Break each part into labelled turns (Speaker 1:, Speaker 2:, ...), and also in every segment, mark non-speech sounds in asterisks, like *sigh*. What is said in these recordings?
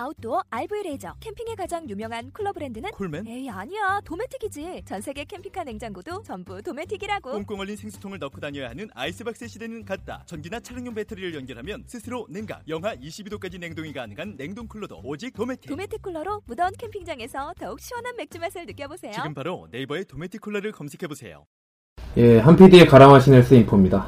Speaker 1: 아웃도어 RV 레저 캠핑에 가장 유명한 쿨러 브랜드는
Speaker 2: 콜맨?
Speaker 1: 에이 아니야 도메틱이지 전 세계 캠핑카 냉장고도 전부 도메틱이라고
Speaker 2: 꽁꽁 얼린 생수통을 넣고 다녀야 하는 아이스박스 시대는 갔다. 전기나 차량용 배터리를 연결하면 스스로 냉각, 영하 22도까지 냉동이 가능한 냉동 쿨러도 오직 도메틱.
Speaker 1: 도메틱 쿨러로 무더운 캠핑장에서 더욱 시원한 맥주 맛을 느껴보세요.
Speaker 2: 지금 바로 네이버에 도메틱 쿨러를 검색해 보세요.
Speaker 3: 예, 한피디의 가랑하신 헬스인포입니다.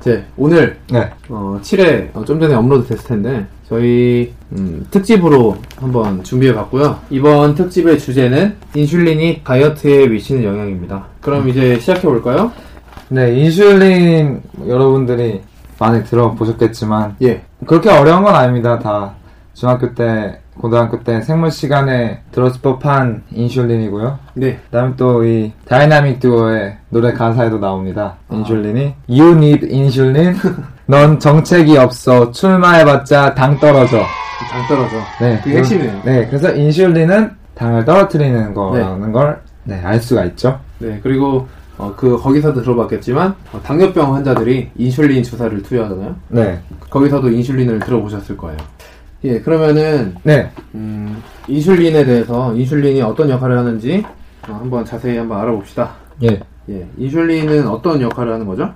Speaker 3: 이제 오늘
Speaker 4: 네.
Speaker 3: 어, 7회 어, 좀 전에 업로드 됐을 텐데 저희 음, 특집으로 한번 준비해봤고요. 이번 특집의 주제는 인슐린이 다이어트에 미치는 영향입니다. 그럼 이제 시작해볼까요?
Speaker 4: 네, 인슐린 여러분들이 많이 들어보셨겠지만
Speaker 3: 예.
Speaker 4: 그렇게 어려운 건 아닙니다. 다 중학교 때, 고등학교 때 생물 시간에 들었을 법한 인슐린이고요.
Speaker 3: 네.
Speaker 4: 그다음에 또 이 다이나믹 듀오의 노래 가사에도 나옵니다.
Speaker 3: 아.
Speaker 4: 인슐린이 You need insulin. 넌 정책이 없어. 출마해봤자 당 떨어져.
Speaker 3: 당 떨어져.
Speaker 4: 네,
Speaker 3: 그게 핵심이네요.
Speaker 4: 네, 그래서 인슐린은 당을 떨어뜨리는 거라는 걸 네, 알 수가 있죠.
Speaker 3: 네, 그리고 어, 그 거기서도 들어봤겠지만 어, 당뇨병 환자들이 인슐린 주사를 투여하잖아요.
Speaker 4: 네,
Speaker 3: 거기서도 인슐린을 들어보셨을 거예요. 예, 그러면은
Speaker 4: 네,
Speaker 3: 음, 인슐린에 대해서 인슐린이 어떤 역할을 하는지 어, 한번 자세히 한번 알아봅시다.
Speaker 4: 예.
Speaker 3: 예, 인슐린은 어떤 역할을 하는 거죠?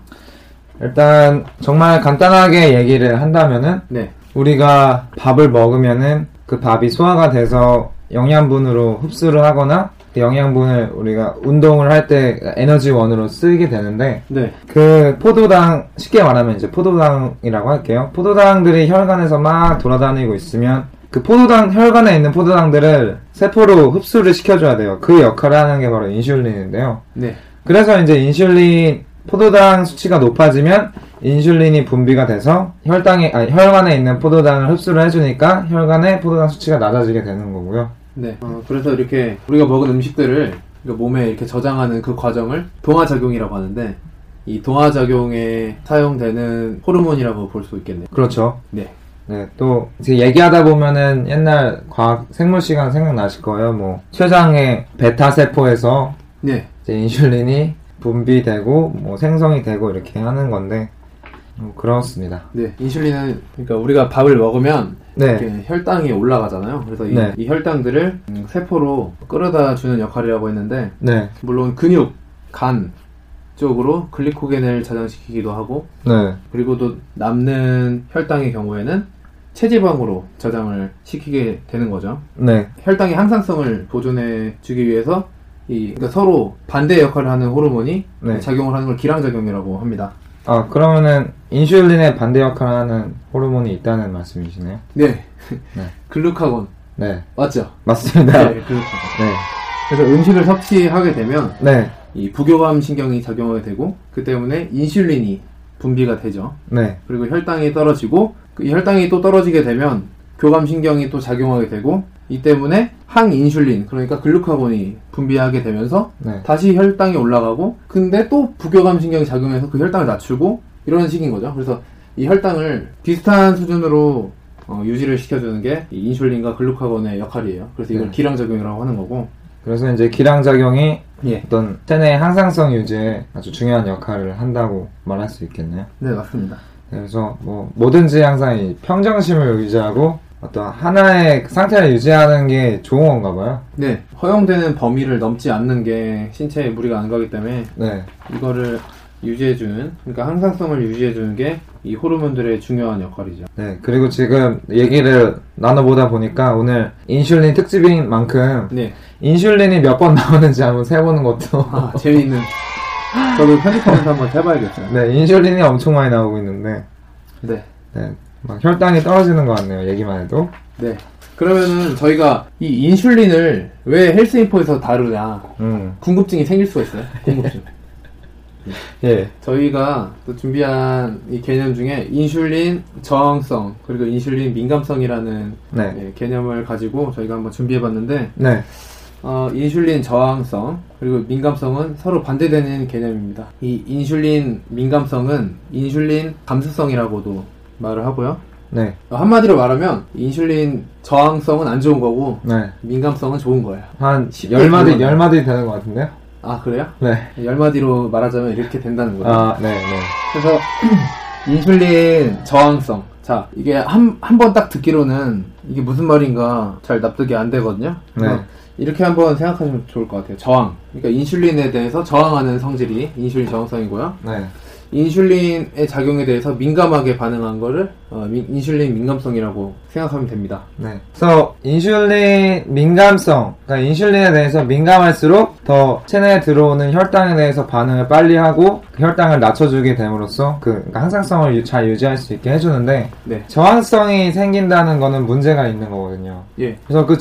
Speaker 4: 일단 정말 간단하게 얘기를 한다면은
Speaker 3: 네,
Speaker 4: 우리가 밥을 먹으면은 그 밥이 소화가 돼서 영양분으로 흡수를 하거나 그 영양분을 우리가 운동을 할 때 에너지원으로 쓰게 되는데
Speaker 3: 네,
Speaker 4: 그 포도당 쉽게 말하면 이제 포도당이라고 할게요. 포도당들이 혈관에서 막 돌아다니고 있으면 그 포도당 혈관에 있는 포도당들을 세포로 흡수를 시켜줘야 돼요. 그 역할을 하는 게 바로 인슐린인데요.
Speaker 3: 네,
Speaker 4: 그래서 이제 인슐린 포도당 수치가 높아지면 인슐린이 분비가 돼서 혈당에 아니, 혈관에 있는 포도당을 흡수를 해주니까 혈관의 포도당 수치가 낮아지게 되는 거고요.
Speaker 3: 네. 어, 그래서 이렇게 우리가 먹은 음식들을 우리가 몸에 이렇게 저장하는 그 과정을 동화작용이라고 하는데 이 동화작용에 사용되는 호르몬이라고 볼 수 있겠네요.
Speaker 4: 그렇죠.
Speaker 3: 네.
Speaker 4: 네, 또 이제 얘기하다 보면은 옛날 과학 생물 시간 생각나실 거예요. 뭐 췌장의 베타 세포에서
Speaker 3: 네,
Speaker 4: 이제 인슐린이 분비되고 뭐 생성이 되고 이렇게 하는 건데 음, 그렇습니다.
Speaker 3: 네. 인슐린은 그러니까 우리가 밥을 먹으면
Speaker 4: 네,
Speaker 3: 이렇게 혈당이 올라가잖아요. 그래서 이,
Speaker 4: 네.
Speaker 3: 이 혈당들을 음, 세포로 끌어다 주는 역할이라고 했는데
Speaker 4: 네,
Speaker 3: 물론 근육, 간 쪽으로 글리코겐을 저장시키기도 하고
Speaker 4: 네,
Speaker 3: 그리고 또 남는 혈당의 경우에는 체지방으로 저장을 시키게 되는 거죠.
Speaker 4: 네,
Speaker 3: 혈당의 항상성을 보존해 주기 위해서 이 그러니까 서로 반대 역할을 하는 호르몬이
Speaker 4: 네.
Speaker 3: 작용을 하는 걸 기량작용이라고 합니다.
Speaker 4: 아, 그러면은 인슐린의 반대 역할을 하는 호르몬이 있다는 말씀이시네요?
Speaker 3: 네.
Speaker 4: 네.
Speaker 3: *laughs* 글루카곤
Speaker 4: 네,
Speaker 3: 맞죠?
Speaker 4: 맞습니다. 네,
Speaker 3: 글루카곤.
Speaker 4: 네,
Speaker 3: 그래서 음식을 섭취하게 되면
Speaker 4: 네,
Speaker 3: 이 부교감 신경이 작용하게 되고 그 때문에 인슐린이 분비가 되죠.
Speaker 4: 네,
Speaker 3: 그리고 혈당이 떨어지고 그이 혈당이 또 떨어지게 되면 교감신경이 또 작용하게 되고 이 때문에 항인슐린 그러니까 글루카곤이 분비하게 되면서
Speaker 4: 네.
Speaker 3: 다시 혈당이 올라가고 근데 또 부교감신경이 작용해서 그 혈당을 낮추고 이런 식인 거죠 그래서 이 혈당을 비슷한 수준으로 어, 유지를 시켜주는 게이 인슐린과 글루카곤의 역할이에요 그래서 이걸
Speaker 4: 네.
Speaker 3: 기량작용이라고 하는 거고
Speaker 4: 그래서 이제 기량작용이
Speaker 3: 예.
Speaker 4: 어떤 체내의 항상성 유지에 아주 중요한 역할을 한다고 말할 수 있겠네요.
Speaker 3: 네 맞습니다
Speaker 4: 그래서 뭐 뭐든지 항상 이 평정심을 유지하고 어떤 하나의 상태를 유지하는 게 좋은 건가 봐요.
Speaker 3: 네 허용되는 범위를 넘지 않는 게 신체에 무리가 안 가기 때문에
Speaker 4: 네,
Speaker 3: 이거를 유지해주는 그러니까 항상성을 유지해주는 게 이 호르몬들의 중요한 역할이죠.
Speaker 4: 네. 그리고 지금 얘기를 나눠보다 보니까 오늘 인슐린 특집인 만큼
Speaker 3: 네,
Speaker 4: 인슐린이 몇 번 나오는지 한번 세보는 것도 *laughs*
Speaker 3: 아, 재미있는. 저도 편집하면서 한번 해봐야겠어요.
Speaker 4: 네 인슐린이 엄청 많이 나오고 있는데
Speaker 3: 네,
Speaker 4: 네, 막 혈당이 떨어지는 것 같네요 얘기만 해도
Speaker 3: 네. 그러면은 저희가 이 인슐린을 왜 헬스인포에서 다루냐
Speaker 4: 음,
Speaker 3: 궁금증이 생길 수가 있어요. 궁금증.
Speaker 4: 예,
Speaker 3: 저희가 또 준비한 이 개념 중에 인슐린 저항성 그리고 인슐린 민감성이라는
Speaker 4: 네,
Speaker 3: 예, 개념을 가지고 저희가 한번 준비해봤는데
Speaker 4: 네,
Speaker 3: 어, 인슐린 저항성 그리고 민감성은 서로 반대되는 개념입니다. 이 인슐린 민감성은 인슐린 감수성이라고도 말을 하고요.
Speaker 4: 네,
Speaker 3: 어, 한마디로 말하면 인슐린 저항성은 안 좋은 거고
Speaker 4: 네.
Speaker 3: 민감성은 좋은 거예요.
Speaker 4: 한
Speaker 3: 쉽게
Speaker 4: 열 마디,
Speaker 3: 표현하면-
Speaker 4: 열 마디 되는 것 같은데요?
Speaker 3: 아 그래요?
Speaker 4: 네.
Speaker 3: 열 마디로 말하자면 이렇게 된다는 거예요.
Speaker 4: 아, 네, 네.
Speaker 3: 그래서 *clears throat* 인슐린 저항성. 자, 이게 한, 한 번 딱 듣기로는 이게 무슨 말인가 잘 납득이 안 되거든요. 그래서
Speaker 4: 네.
Speaker 3: 이렇게 한번 생각하시면 좋을 것 같아요. 저항. 그러니까 인슐린에 대해서 저항하는 성질이 인슐린 저항성이고요.
Speaker 4: 네.
Speaker 3: 인슐린의 작용에 대해서 민감하게 반응한 거를 어, 민- 인슐린 민감성이라고 생각하면 됩니다.
Speaker 4: 네. 그래서 인슐린 민감성, 그러니까 인슐린에 대해서 민감할수록 더 체내에 들어오는 혈당에 대해서 반응을 빨리 하고 그 혈당을 낮춰주게 됨으로써 그 그러니까 항상성을 유- 잘 유지할 수 있게 해주는데
Speaker 3: 네.
Speaker 4: 저항성이 생긴다는 거는 문제가 있는 거거든요.
Speaker 3: 예.
Speaker 4: 그래서 그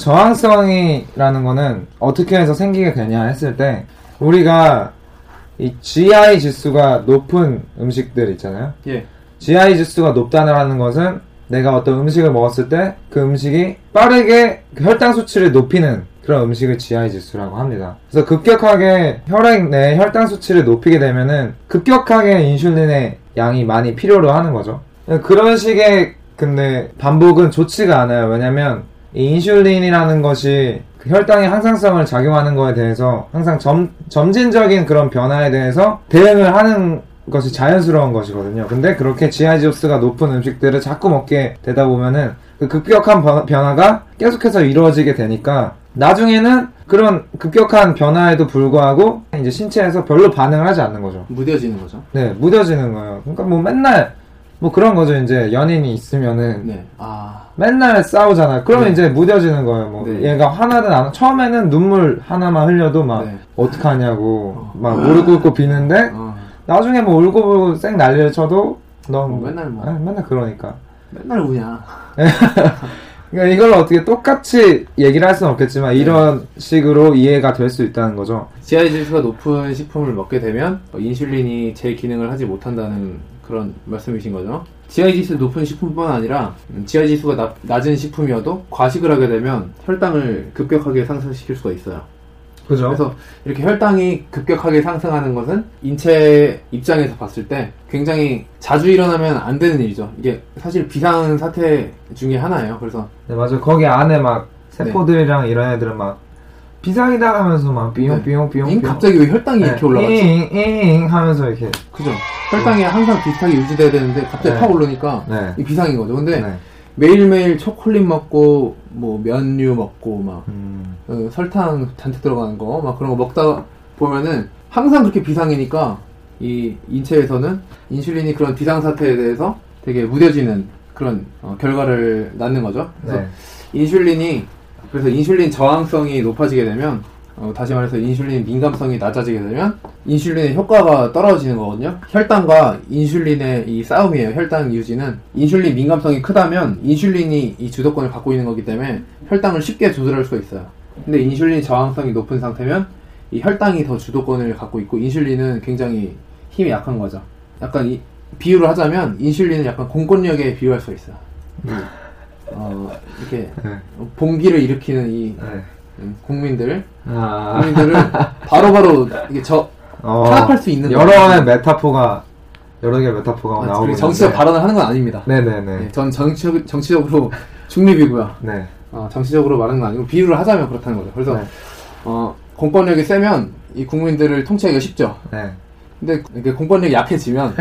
Speaker 4: 저항성이라는 거는 어떻게 해서 생기게 되냐 했을 때 우리가 이 GI 지수가 높은 음식들 있잖아요.
Speaker 3: 예.
Speaker 4: GI 지수가 높다는 것은 내가 어떤 음식을 먹었을 때 그 음식이 빠르게 그 혈당 수치를 높이는 그런 음식을 GI 지수라고 합니다. 그래서 급격하게 혈액 내 혈당 수치를 높이게 되면은 급격하게 인슐린의 양이 많이 필요로 하는 거죠. 그런 식의 근데 반복은 좋지가 않아요. 왜냐면 이 인슐린이라는 것이 그 혈당의 항상성을 작용하는 거에 대해서 항상 점, 점진적인 그런 변화에 대해서 대응을 하는 것이 자연스러운 것이거든요. 근데 그렇게 지하지오스가 높은 음식들을 자꾸 먹게 되다 보면은 그 급격한 번- 변화가 계속해서 이루어지게 되니까 나중에는 그런 급격한 변화에도 불구하고 이제 신체에서 별로 반응을 하지 않는 거죠.
Speaker 3: 무뎌지는 거죠.
Speaker 4: 네, 무뎌지는 거예요. 그러니까 뭐 맨날 뭐 그런 거죠. 이제 연인이 있으면은
Speaker 3: 네. 아.
Speaker 4: 맨날 싸우잖아. 그러면
Speaker 3: 네.
Speaker 4: 이제 무뎌지는 거예요. 뭐
Speaker 3: 네.
Speaker 4: 얘가 화나든 안 처음에는 눈물 하나만 흘려도 막
Speaker 3: 네.
Speaker 4: 어떡하냐고 막 울고 고 비는데
Speaker 3: 어,
Speaker 4: 나중에 뭐 울고불고 쌩 난리를 쳐도 넌
Speaker 3: 어, 맨날 뭐.
Speaker 4: 아, 맨날 그러니까.
Speaker 3: 맨날 우냐.
Speaker 4: 그러니까 이걸 어떻게 똑같이 얘기를 할 수는
Speaker 3: 네.
Speaker 4: 없겠지만 이런 식으로 이해가 될 수 있다는 거죠.
Speaker 3: GI 지수가 높은 식품을 먹게 되면 어, 인슐린이 제 기능을 하지 못한다는 그런 말씀이신 거죠. GI 지수 높은 식품뿐 아니라 음, GI 지수가 나- 낮은 식품이어도 과식을 하게 되면 혈당을 급격하게 상승시킬 수가 있어요.
Speaker 4: 그죠?
Speaker 3: 그래서 이렇게 혈당이 급격하게 상승하는 것은 인체 입장에서 봤을 때 굉장히 자주 일어나면 안 되는 일이죠. 이게 사실 비상 사태 중에 하나예요. 그래서
Speaker 4: 네, 맞아요. 거기 안에 막 세포들이랑 이런 애들은 막 비상이다 하면서 막 비용
Speaker 3: 네.
Speaker 4: 비용 비용
Speaker 3: 잉?
Speaker 4: 비용. 네.
Speaker 3: 갑자기 왜 혈당이 이렇게 올라갔지?
Speaker 4: 잉잉 하면서 이렇게.
Speaker 3: 그죠? 혈당이 항상 비슷하게 유지돼야 되는데 갑자기
Speaker 4: 네.
Speaker 3: 팍 오르니까
Speaker 4: 네.
Speaker 3: 이 비상인 거죠. 근데
Speaker 4: 네.
Speaker 3: 매일매일 초콜릿 먹고 뭐 면류 먹고 막
Speaker 4: 음,
Speaker 3: 어, 설탕 잔뜩 들어가는 거 막 그런 거 먹다 보면은 항상 그렇게 비상이니까 이 인체에서는 인슐린이 그런 비상 사태에 대해서 되게 무뎌지는 그런 어, 결과를 낳는 거죠. 그래서
Speaker 4: 네.
Speaker 3: 인슐린이 그래서 인슐린 저항성이 높아지게 되면 어, 다시 말해서 인슐린 민감성이 낮아지게 되면 인슐린의 효과가 떨어지는 거거든요. 혈당과 인슐린의 이 싸움이에요. 혈당 유지는 인슐린 민감성이 크다면 인슐린이 이 주도권을 갖고 있는 거기 때문에 혈당을 쉽게 조절할 수가 있어요. 근데 인슐린 저항성이 높은 상태면 이 혈당이 더 주도권을 갖고 있고 인슐린은 굉장히 힘이 약한 거죠. 약간 이 비유를 하자면 인슐린은 약간 공권력에 비유할 수가 있어요. 어, 이렇게
Speaker 4: 네.
Speaker 3: 봉기를 일으키는 이
Speaker 4: 네.
Speaker 3: 음, 국민들,
Speaker 4: 아,
Speaker 3: 국민들을
Speaker 4: *laughs*
Speaker 3: 바로바로 이게 저
Speaker 4: 어,
Speaker 3: 파악할 수 있는
Speaker 4: 여러
Speaker 3: 거죠.
Speaker 4: 개의 메타포가 여러 개의 메타포가
Speaker 3: 아,
Speaker 4: 어, 나오고
Speaker 3: 그리고 정치적
Speaker 4: 있는데.
Speaker 3: 발언을 하는 건 아닙니다.
Speaker 4: 네네네.
Speaker 3: 네, 전 정치적 정치적으로 *laughs* 중립이고요.
Speaker 4: 네.
Speaker 3: 어, 정치적으로 말하는 건 아니고 비유를 하자면 그렇다는 거죠. 그래서
Speaker 4: 네.
Speaker 3: 어, 공권력이 세면 이 국민들을 통치하기가 쉽죠.
Speaker 4: 네.
Speaker 3: 근데 이게 공권력이
Speaker 4: *laughs*
Speaker 3: 약해지면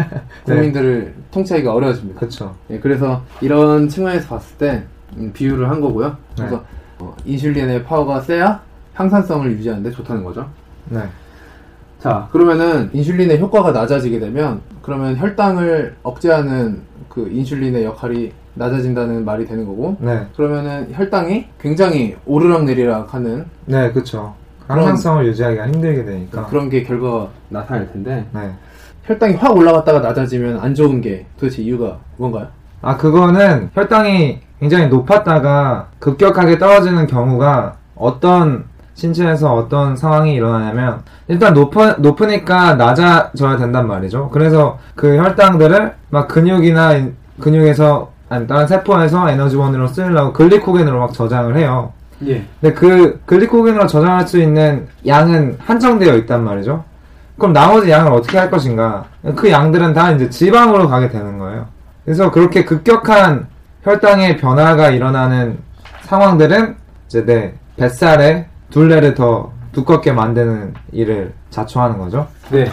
Speaker 3: 국민들을 통치하기가 어려워집니다.
Speaker 4: 그쵸.
Speaker 3: 예, 그래서 이런 측면에서 봤을 때 음, 비유를 한 거고요. 그래서
Speaker 4: 네.
Speaker 3: 어, 인슐린의 파워가 세야 항산성을 유지하는데 좋다는 거죠.
Speaker 4: 네.
Speaker 3: 자, 그러면은 인슐린의 효과가 낮아지게 되면 그러면 혈당을 억제하는 그 인슐린의 역할이 낮아진다는 말이 되는 거고
Speaker 4: 네.
Speaker 3: 그러면은 혈당이 굉장히 오르락내리락 하는
Speaker 4: 네, 그쵸. 항상성을 유지하기가 힘들게 되니까.
Speaker 3: 그런 게 결과가 아. 나타날 텐데
Speaker 4: 네.
Speaker 3: 혈당이 확 올라갔다가 낮아지면 안 좋은 게 도대체 이유가 뭔가요?
Speaker 4: 아, 그거는 혈당이 굉장히 높았다가 급격하게 떨어지는 경우가 어떤 신체에서 어떤 상황이 일어나냐면 일단 높아, 높으니까 낮아져야 된단 말이죠. 그래서 그 혈당들을 막 근육이나 인- 근육에서 아니 다른 세포에서 에너지원으로 쓰려고 글리코겐으로 막 저장을 해요.
Speaker 3: 예.
Speaker 4: 근데 그 글리코겐으로 저장할 수 있는 양은 한정되어 있단 말이죠. 그럼 나머지 양을 어떻게 할 것인가? 그 양들은 다 이제 지방으로 가게 되는 거예요. 그래서 그렇게 급격한 혈당의 변화가 일어나는 상황들은 이제 내 뱃살에 둘레를 더 두껍게 만드는 일을 자초하는 거죠.
Speaker 3: 네.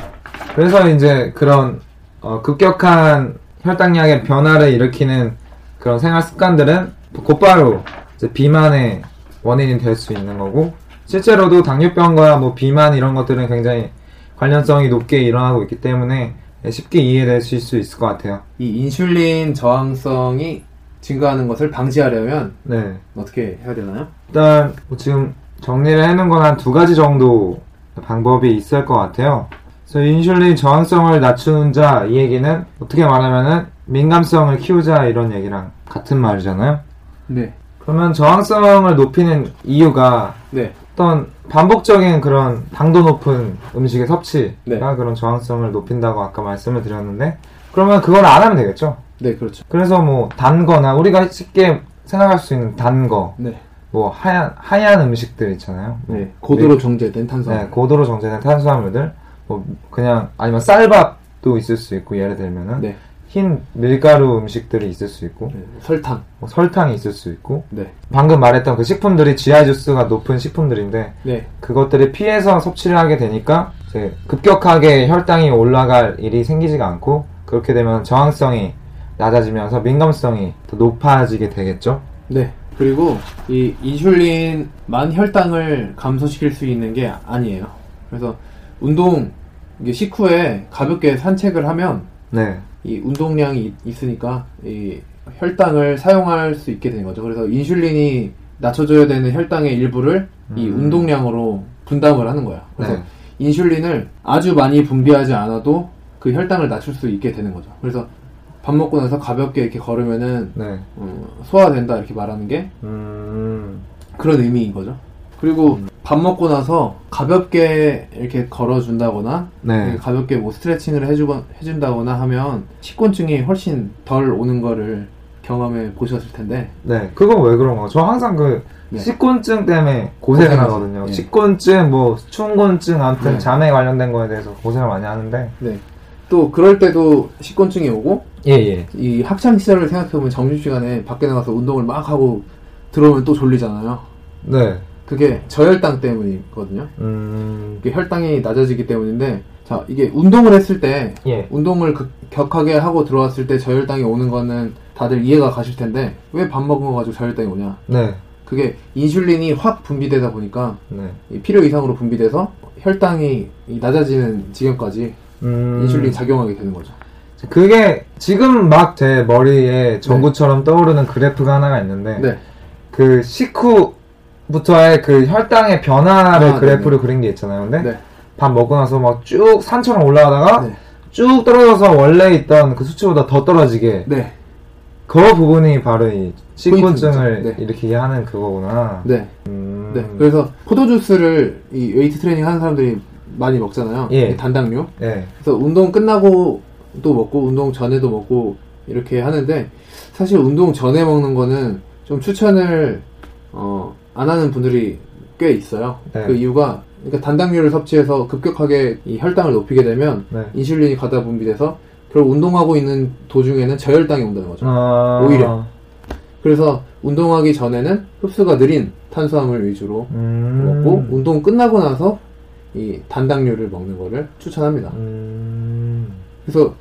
Speaker 4: 그래서 이제 그런 어, 급격한 혈당량의 변화를 일으키는 그런 생활 습관들은 곧바로 이제 비만의 원인이 될 수 있는 거고 실제로도 당뇨병과 뭐 비만 이런 것들은 굉장히 관련성이 높게 일어나고 있기 때문에 쉽게 이해되실 수 있을 것 같아요.
Speaker 3: 이 인슐린 저항성이 증가하는 것을 방지하려면
Speaker 4: 네.
Speaker 3: 어떻게 해야 되나요?
Speaker 4: 일단 뭐 지금 정리를 해놓은 건 한 두 가지 정도 방법이 있을 것 같아요. 그래서 인슐린 저항성을 낮추는 자 이 얘기는 어떻게 말하면은 민감성을 키우자 이런 얘기랑 같은 말이잖아요.
Speaker 3: 네.
Speaker 4: 그러면 저항성을 높이는 이유가
Speaker 3: 네.
Speaker 4: 어떤 반복적인 그런 당도 높은 음식의 섭취가
Speaker 3: 네.
Speaker 4: 그런 저항성을 높인다고 아까 말씀을 드렸는데 그러면 그걸 안 하면 되겠죠.
Speaker 3: 네, 그렇죠.
Speaker 4: 그래서 뭐 단거나 우리가 쉽게 생각할 수 있는 단거
Speaker 3: 네.
Speaker 4: 뭐 하얀 하얀 음식들 있잖아요. 뭐
Speaker 3: 네. 고도로 정제된 탄성.
Speaker 4: 네, 고도로 정제된 탄수화물들, 뭐 그냥 아니면 쌀밥도 있을 수 있고 예를 들면은
Speaker 3: 네.
Speaker 4: 흰 밀가루 음식들이 있을 수 있고
Speaker 3: 네. 설탕.
Speaker 4: 뭐 설탕이 있을 수 있고
Speaker 3: 네.
Speaker 4: 방금 말했던 그 식품들이 GI 지수가 높은 식품들인데
Speaker 3: 네.
Speaker 4: 그것들을 피해서 섭취를 하게 되니까 이제 급격하게 혈당이 올라갈 일이 생기지가 않고 그렇게 되면 저항성이 낮아지면서 민감성이 더 높아지게 되겠죠.
Speaker 3: 네. 그리고 이 인슐린만 혈당을 감소시킬 수 있는 게 아니에요. 그래서 운동 이게 식후에 가볍게 산책을 하면
Speaker 4: 네,
Speaker 3: 이 운동량이 있- 있으니까 이 혈당을 사용할 수 있게 되는 거죠. 그래서 인슐린이 낮춰줘야 되는 혈당의 일부를 이
Speaker 4: 음.
Speaker 3: 운동량으로 분담을 하는 거야. 그래서
Speaker 4: 네.
Speaker 3: 인슐린을 아주 많이 분비하지 않아도 그 혈당을 낮출 수 있게 되는 거죠. 그래서 밥 먹고 나서 가볍게 이렇게 걸으면은
Speaker 4: 네,
Speaker 3: 어, 소화된다 이렇게 말하는 게
Speaker 4: 음,
Speaker 3: 그런 의미인 거죠. 그리고 밥 먹고 나서 가볍게 이렇게 걸어준다거나
Speaker 4: 네,
Speaker 3: 가볍게 뭐 스트레칭을 해주고, 해준다거나 하면 식곤증이 훨씬 덜 오는 거를 경험해 보셨을 텐데
Speaker 4: 네, 그건 왜 그런가? 저 항상 그
Speaker 3: 네.
Speaker 4: 식곤증 때문에 고생을
Speaker 3: 고생하죠.
Speaker 4: 하거든요.
Speaker 3: 예.
Speaker 4: 식곤증, 뭐 충곤증, 아무튼
Speaker 3: 네.
Speaker 4: 잠에 관련된 거에 대해서 고생을 많이 하는데,
Speaker 3: 네. 또 그럴 때도 식곤증이 오고
Speaker 4: 예, 예,
Speaker 3: 이 학창 시절을 생각해보면 점심시간에 밖에 나가서 운동을 막 하고 들어오면 또 졸리잖아요.
Speaker 4: 네,
Speaker 3: 그게 저혈당 때문이거든요.
Speaker 4: 음,
Speaker 3: 이게 혈당이 낮아지기 때문인데 자 이게 운동을 했을 때
Speaker 4: 예,
Speaker 3: 운동을 그- 격하게 하고 들어왔을 때 저혈당이 오는 거는 다들 이해가 가실 텐데 왜 밥 먹은 거 가지고 저혈당이 오냐
Speaker 4: 네,
Speaker 3: 그게 인슐린이 확 분비되다 보니까
Speaker 4: 네,
Speaker 3: 이 필요 이상으로 분비돼서 혈당이 이 낮아지는 지경까지
Speaker 4: 음,
Speaker 3: 인슐린 작용하게 되는 거죠.
Speaker 4: 그게 지금 막 제 머리에 전구처럼 떠오르는 그래프가 하나가 있는데,
Speaker 3: 네,
Speaker 4: 그 식후부터의 그 혈당의 변화를
Speaker 3: 아,
Speaker 4: 그래프로 그린 게 있잖아요. 근데
Speaker 3: 네.
Speaker 4: 밥 먹고 나서 막 쭉 산처럼 올라가다가
Speaker 3: 네.
Speaker 4: 쭉 떨어져서 원래 있던 그 수치보다 더 떨어지게
Speaker 3: 네,
Speaker 4: 그 부분이 바로 이 식곤증을
Speaker 3: 포인트죠. 네.
Speaker 4: 일으키게 하는 그거구나.
Speaker 3: 네,
Speaker 4: 음,
Speaker 3: 네. 그래서 포도 주스를 이 웨이트 트레이닝 하는 사람들이 많이 먹잖아요.
Speaker 4: 예.
Speaker 3: 이 단당류.
Speaker 4: 네.
Speaker 3: 그래서 운동 끝나고 또 먹고 운동 전에도 먹고 이렇게 하는데 사실 운동 전에 먹는 거는 좀 추천을 어, 안 하는 분들이 꽤 있어요.
Speaker 4: 네.
Speaker 3: 그 이유가 그러니까 단당류를 섭취해서 급격하게 이 혈당을 높이게 되면
Speaker 4: 네.
Speaker 3: 인슐린이 과다 분비돼서 결국 운동하고 있는 도중에는 저혈당이 온다는 거죠.
Speaker 4: 아,
Speaker 3: 오히려. 그래서 운동하기 전에는 흡수가 느린 탄수화물 위주로
Speaker 4: 음,
Speaker 3: 먹고 운동 끝나고 나서 이 단당류를 먹는 거를 추천합니다.
Speaker 4: 음,
Speaker 3: 그래서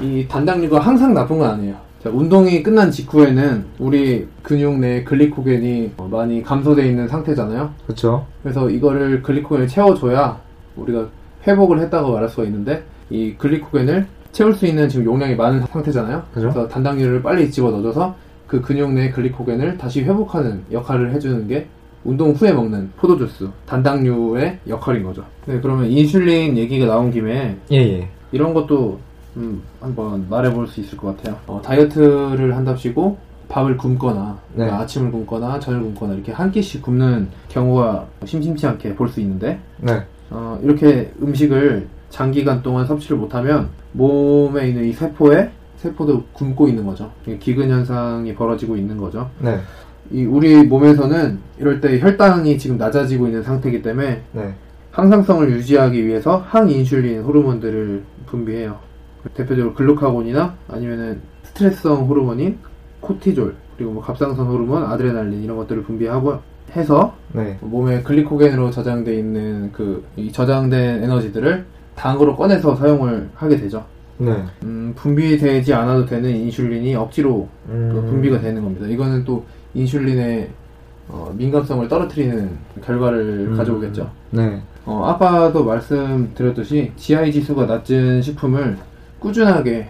Speaker 3: 이 단당류가 항상 나쁜 건 아니에요. 자, 운동이 끝난 직후에는 우리 근육 내 글리코겐이 어, 많이 감소되어 있는 상태잖아요.
Speaker 4: 그렇죠.
Speaker 3: 그래서 이거를 글리코겐을 채워줘야 우리가 회복을 했다고 말할 수가 있는데 이 글리코겐을 채울 수 있는 지금 용량이 많은 상태잖아요.
Speaker 4: 그죠?
Speaker 3: 래서 단당류를 빨리 집어 넣어줘서 그 근육 내 글리코겐을 다시 회복하는 역할을 해주는 게 운동 후에 먹는 포도주스 단당류의 역할인 거죠. 네, 그러면 인슐린 얘기가 나온 김에
Speaker 4: 예, 예.
Speaker 3: 이런 것도 음, 한번 말해볼 수 있을 것 같아요. 어, 다이어트를 한답시고 밥을 굶거나
Speaker 4: 네.
Speaker 3: 그러니까 아침을 굶거나 저녁을 굶거나 이렇게 한 끼씩 굶는 경우가 심심치 않게 볼 수 있는데
Speaker 4: 네.
Speaker 3: 어, 이렇게 음식을 장기간 동안 섭취를 못하면 몸에 있는 이 세포에 세포도 굶고 있는 거죠. 이게 기근 현상이 벌어지고 있는 거죠.
Speaker 4: 네.
Speaker 3: 이 우리 몸에서는 이럴 때 혈당이 지금 낮아지고 있는 상태이기 때문에
Speaker 4: 네.
Speaker 3: 항상성을 유지하기 위해서 항인슐린 호르몬들을 분비해요. 대표적으로 글루카곤이나 아니면은 스트레스성 호르몬인 코티졸 그리고 뭐 갑상선 호르몬 아드레날린 이런 것들을 분비하고 해서
Speaker 4: 네.
Speaker 3: 몸에 글리코겐으로 저장돼 있는 그이 저장된 에너지들을 당으로 꺼내서 사용을 하게 되죠.
Speaker 4: 네.
Speaker 3: 음, 분비되지 않아도 되는 인슐린이 억지로
Speaker 4: 음.
Speaker 3: 그 분비가 되는 겁니다. 이거는 또 인슐린의 어, 민감성을 떨어뜨리는 결과를
Speaker 4: 음.
Speaker 3: 가져오겠죠.
Speaker 4: 네.
Speaker 3: 어, 아까도 말씀드렸듯이 GI 지수가 낮은 식품을 꾸준하게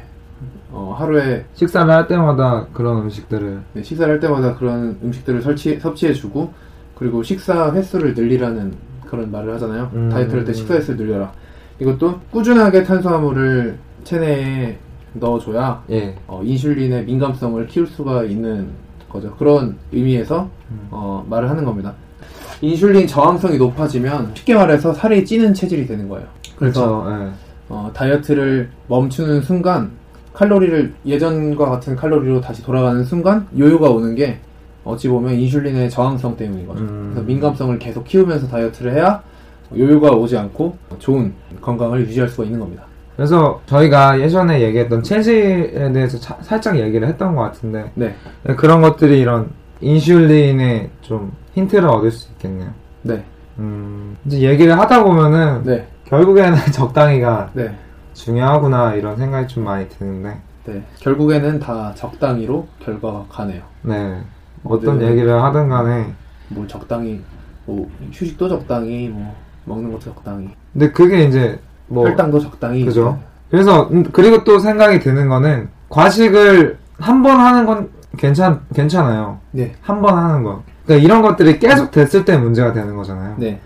Speaker 3: 어, 하루에
Speaker 4: 식사를 할 때마다 그런 음식들을
Speaker 3: 네, 식사를 할 때마다 그런 음식들을 설치, 섭취해주고 그리고 식사 횟수를 늘리라는 그런 말을 하잖아요.
Speaker 4: 음.
Speaker 3: 다이어트를 할 때 식사 횟수를 늘려라. 이것도 꾸준하게 탄수화물을 체내에 넣어줘야
Speaker 4: 예.
Speaker 3: 어, 인슐린의 민감성을 키울 수가 있는 거죠. 그런 의미에서
Speaker 4: 음.
Speaker 3: 어, 말을 하는 겁니다. 인슐린 저항성이 높아지면 쉽게 말해서 살이 찌는 체질이 되는 거예요. 그래서
Speaker 4: 그렇죠. 예.
Speaker 3: 어, 다이어트를 멈추는 순간 칼로리를 예전과 같은 칼로리로 다시 돌아가는 순간 요요가 오는 게 어찌 보면 인슐린의 저항성 때문인 거죠.
Speaker 4: 음.
Speaker 3: 그래서 민감성을 계속 키우면서 다이어트를 해야 요요가 오지 않고 좋은 건강을 유지할 수가 있는 겁니다.
Speaker 4: 그래서 저희가 예전에 얘기했던 체질에 대해서 차- 살짝 얘기를 했던 것 같은데
Speaker 3: 네,
Speaker 4: 그런 것들이 이런 인슐린의 좀 힌트를 얻을 수 있겠네요.
Speaker 3: 네,
Speaker 4: 음, 이제 얘기를 하다 보면은
Speaker 3: 네,
Speaker 4: 결국에는 *laughs* 적당히가
Speaker 3: 네.
Speaker 4: 중요하구나 이런 생각이 좀 많이 드는데
Speaker 3: 네, 결국에는 다 적당히로 결과가 가네요.
Speaker 4: 네 어떤
Speaker 3: 네.
Speaker 4: 얘기를 하든 간에
Speaker 3: 뭐 적당히, 뭐 휴식도 적당히, 뭐 먹는 것도 적당히,
Speaker 4: 근데 그게 이제 뭐
Speaker 3: 혈당도 적당히.
Speaker 4: 그죠. 그래서 음, 그리고 또 생각이 드는 거는 과식을 한 번 하는 건 괜찮 괜찮아요.
Speaker 3: 네,
Speaker 4: 한 번 하는 거. 그러니까 이런 것들이 계속 됐을 때 문제가 되는 거잖아요.
Speaker 3: 네,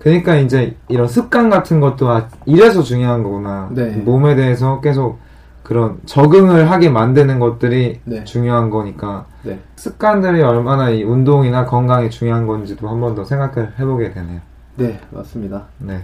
Speaker 4: 그러니까 이제 이런 습관 같은 것도 아, 이래서 중요한 거구나.
Speaker 3: 네.
Speaker 4: 몸에 대해서 계속 그런 적응을 하게 만드는 것들이
Speaker 3: 네.
Speaker 4: 중요한 거니까
Speaker 3: 네.
Speaker 4: 습관들이 얼마나 이 운동이나 건강에 중요한 건지도 한 번 더 생각을 해보게 되네요.
Speaker 3: 네, 맞습니다.
Speaker 4: 네.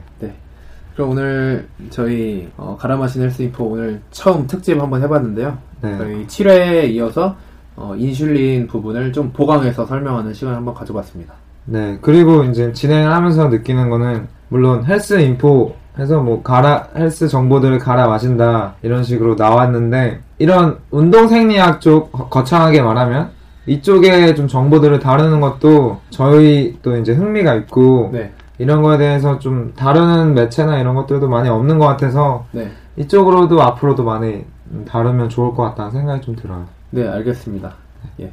Speaker 3: 그럼 오늘 저희 어, 가라마신 헬스인포 오늘 처음 특집 한번 해봤는데요.
Speaker 4: 네.
Speaker 3: 저희 7회에 이어서 어, 인슐린 부분을 좀 보강해서 설명하는 시간 한번 가져봤습니다.
Speaker 4: 네. 그리고 이제 진행을 하면서 느끼는 거는 물론 헬스 인포 해서 뭐 갈아 헬스 정보들을 갈아 마신다 이런 식으로 나왔는데 이런 운동 생리학 쪽 거- 거창하게 말하면 이쪽에 좀 정보들을 다루는 것도 저희 또 이제 흥미가 있고
Speaker 3: 네,
Speaker 4: 이런 거에 대해서 좀 다루는 매체나 이런 것들도 많이 없는 것 같아서
Speaker 3: 네,
Speaker 4: 이쪽으로도 앞으로도 많이 음, 다루면 좋을 것 같다는 생각이 좀 들어요.
Speaker 3: 네, 알겠습니다. 예.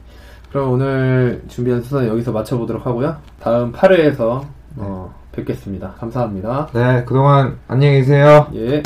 Speaker 3: 그럼 오늘 준비한 수사 여기서 마쳐보도록 하고요. 다음 8회에서 뵙겠습니다. 감사합니다.
Speaker 4: 네, 그동안 안녕히 계세요.
Speaker 3: 예.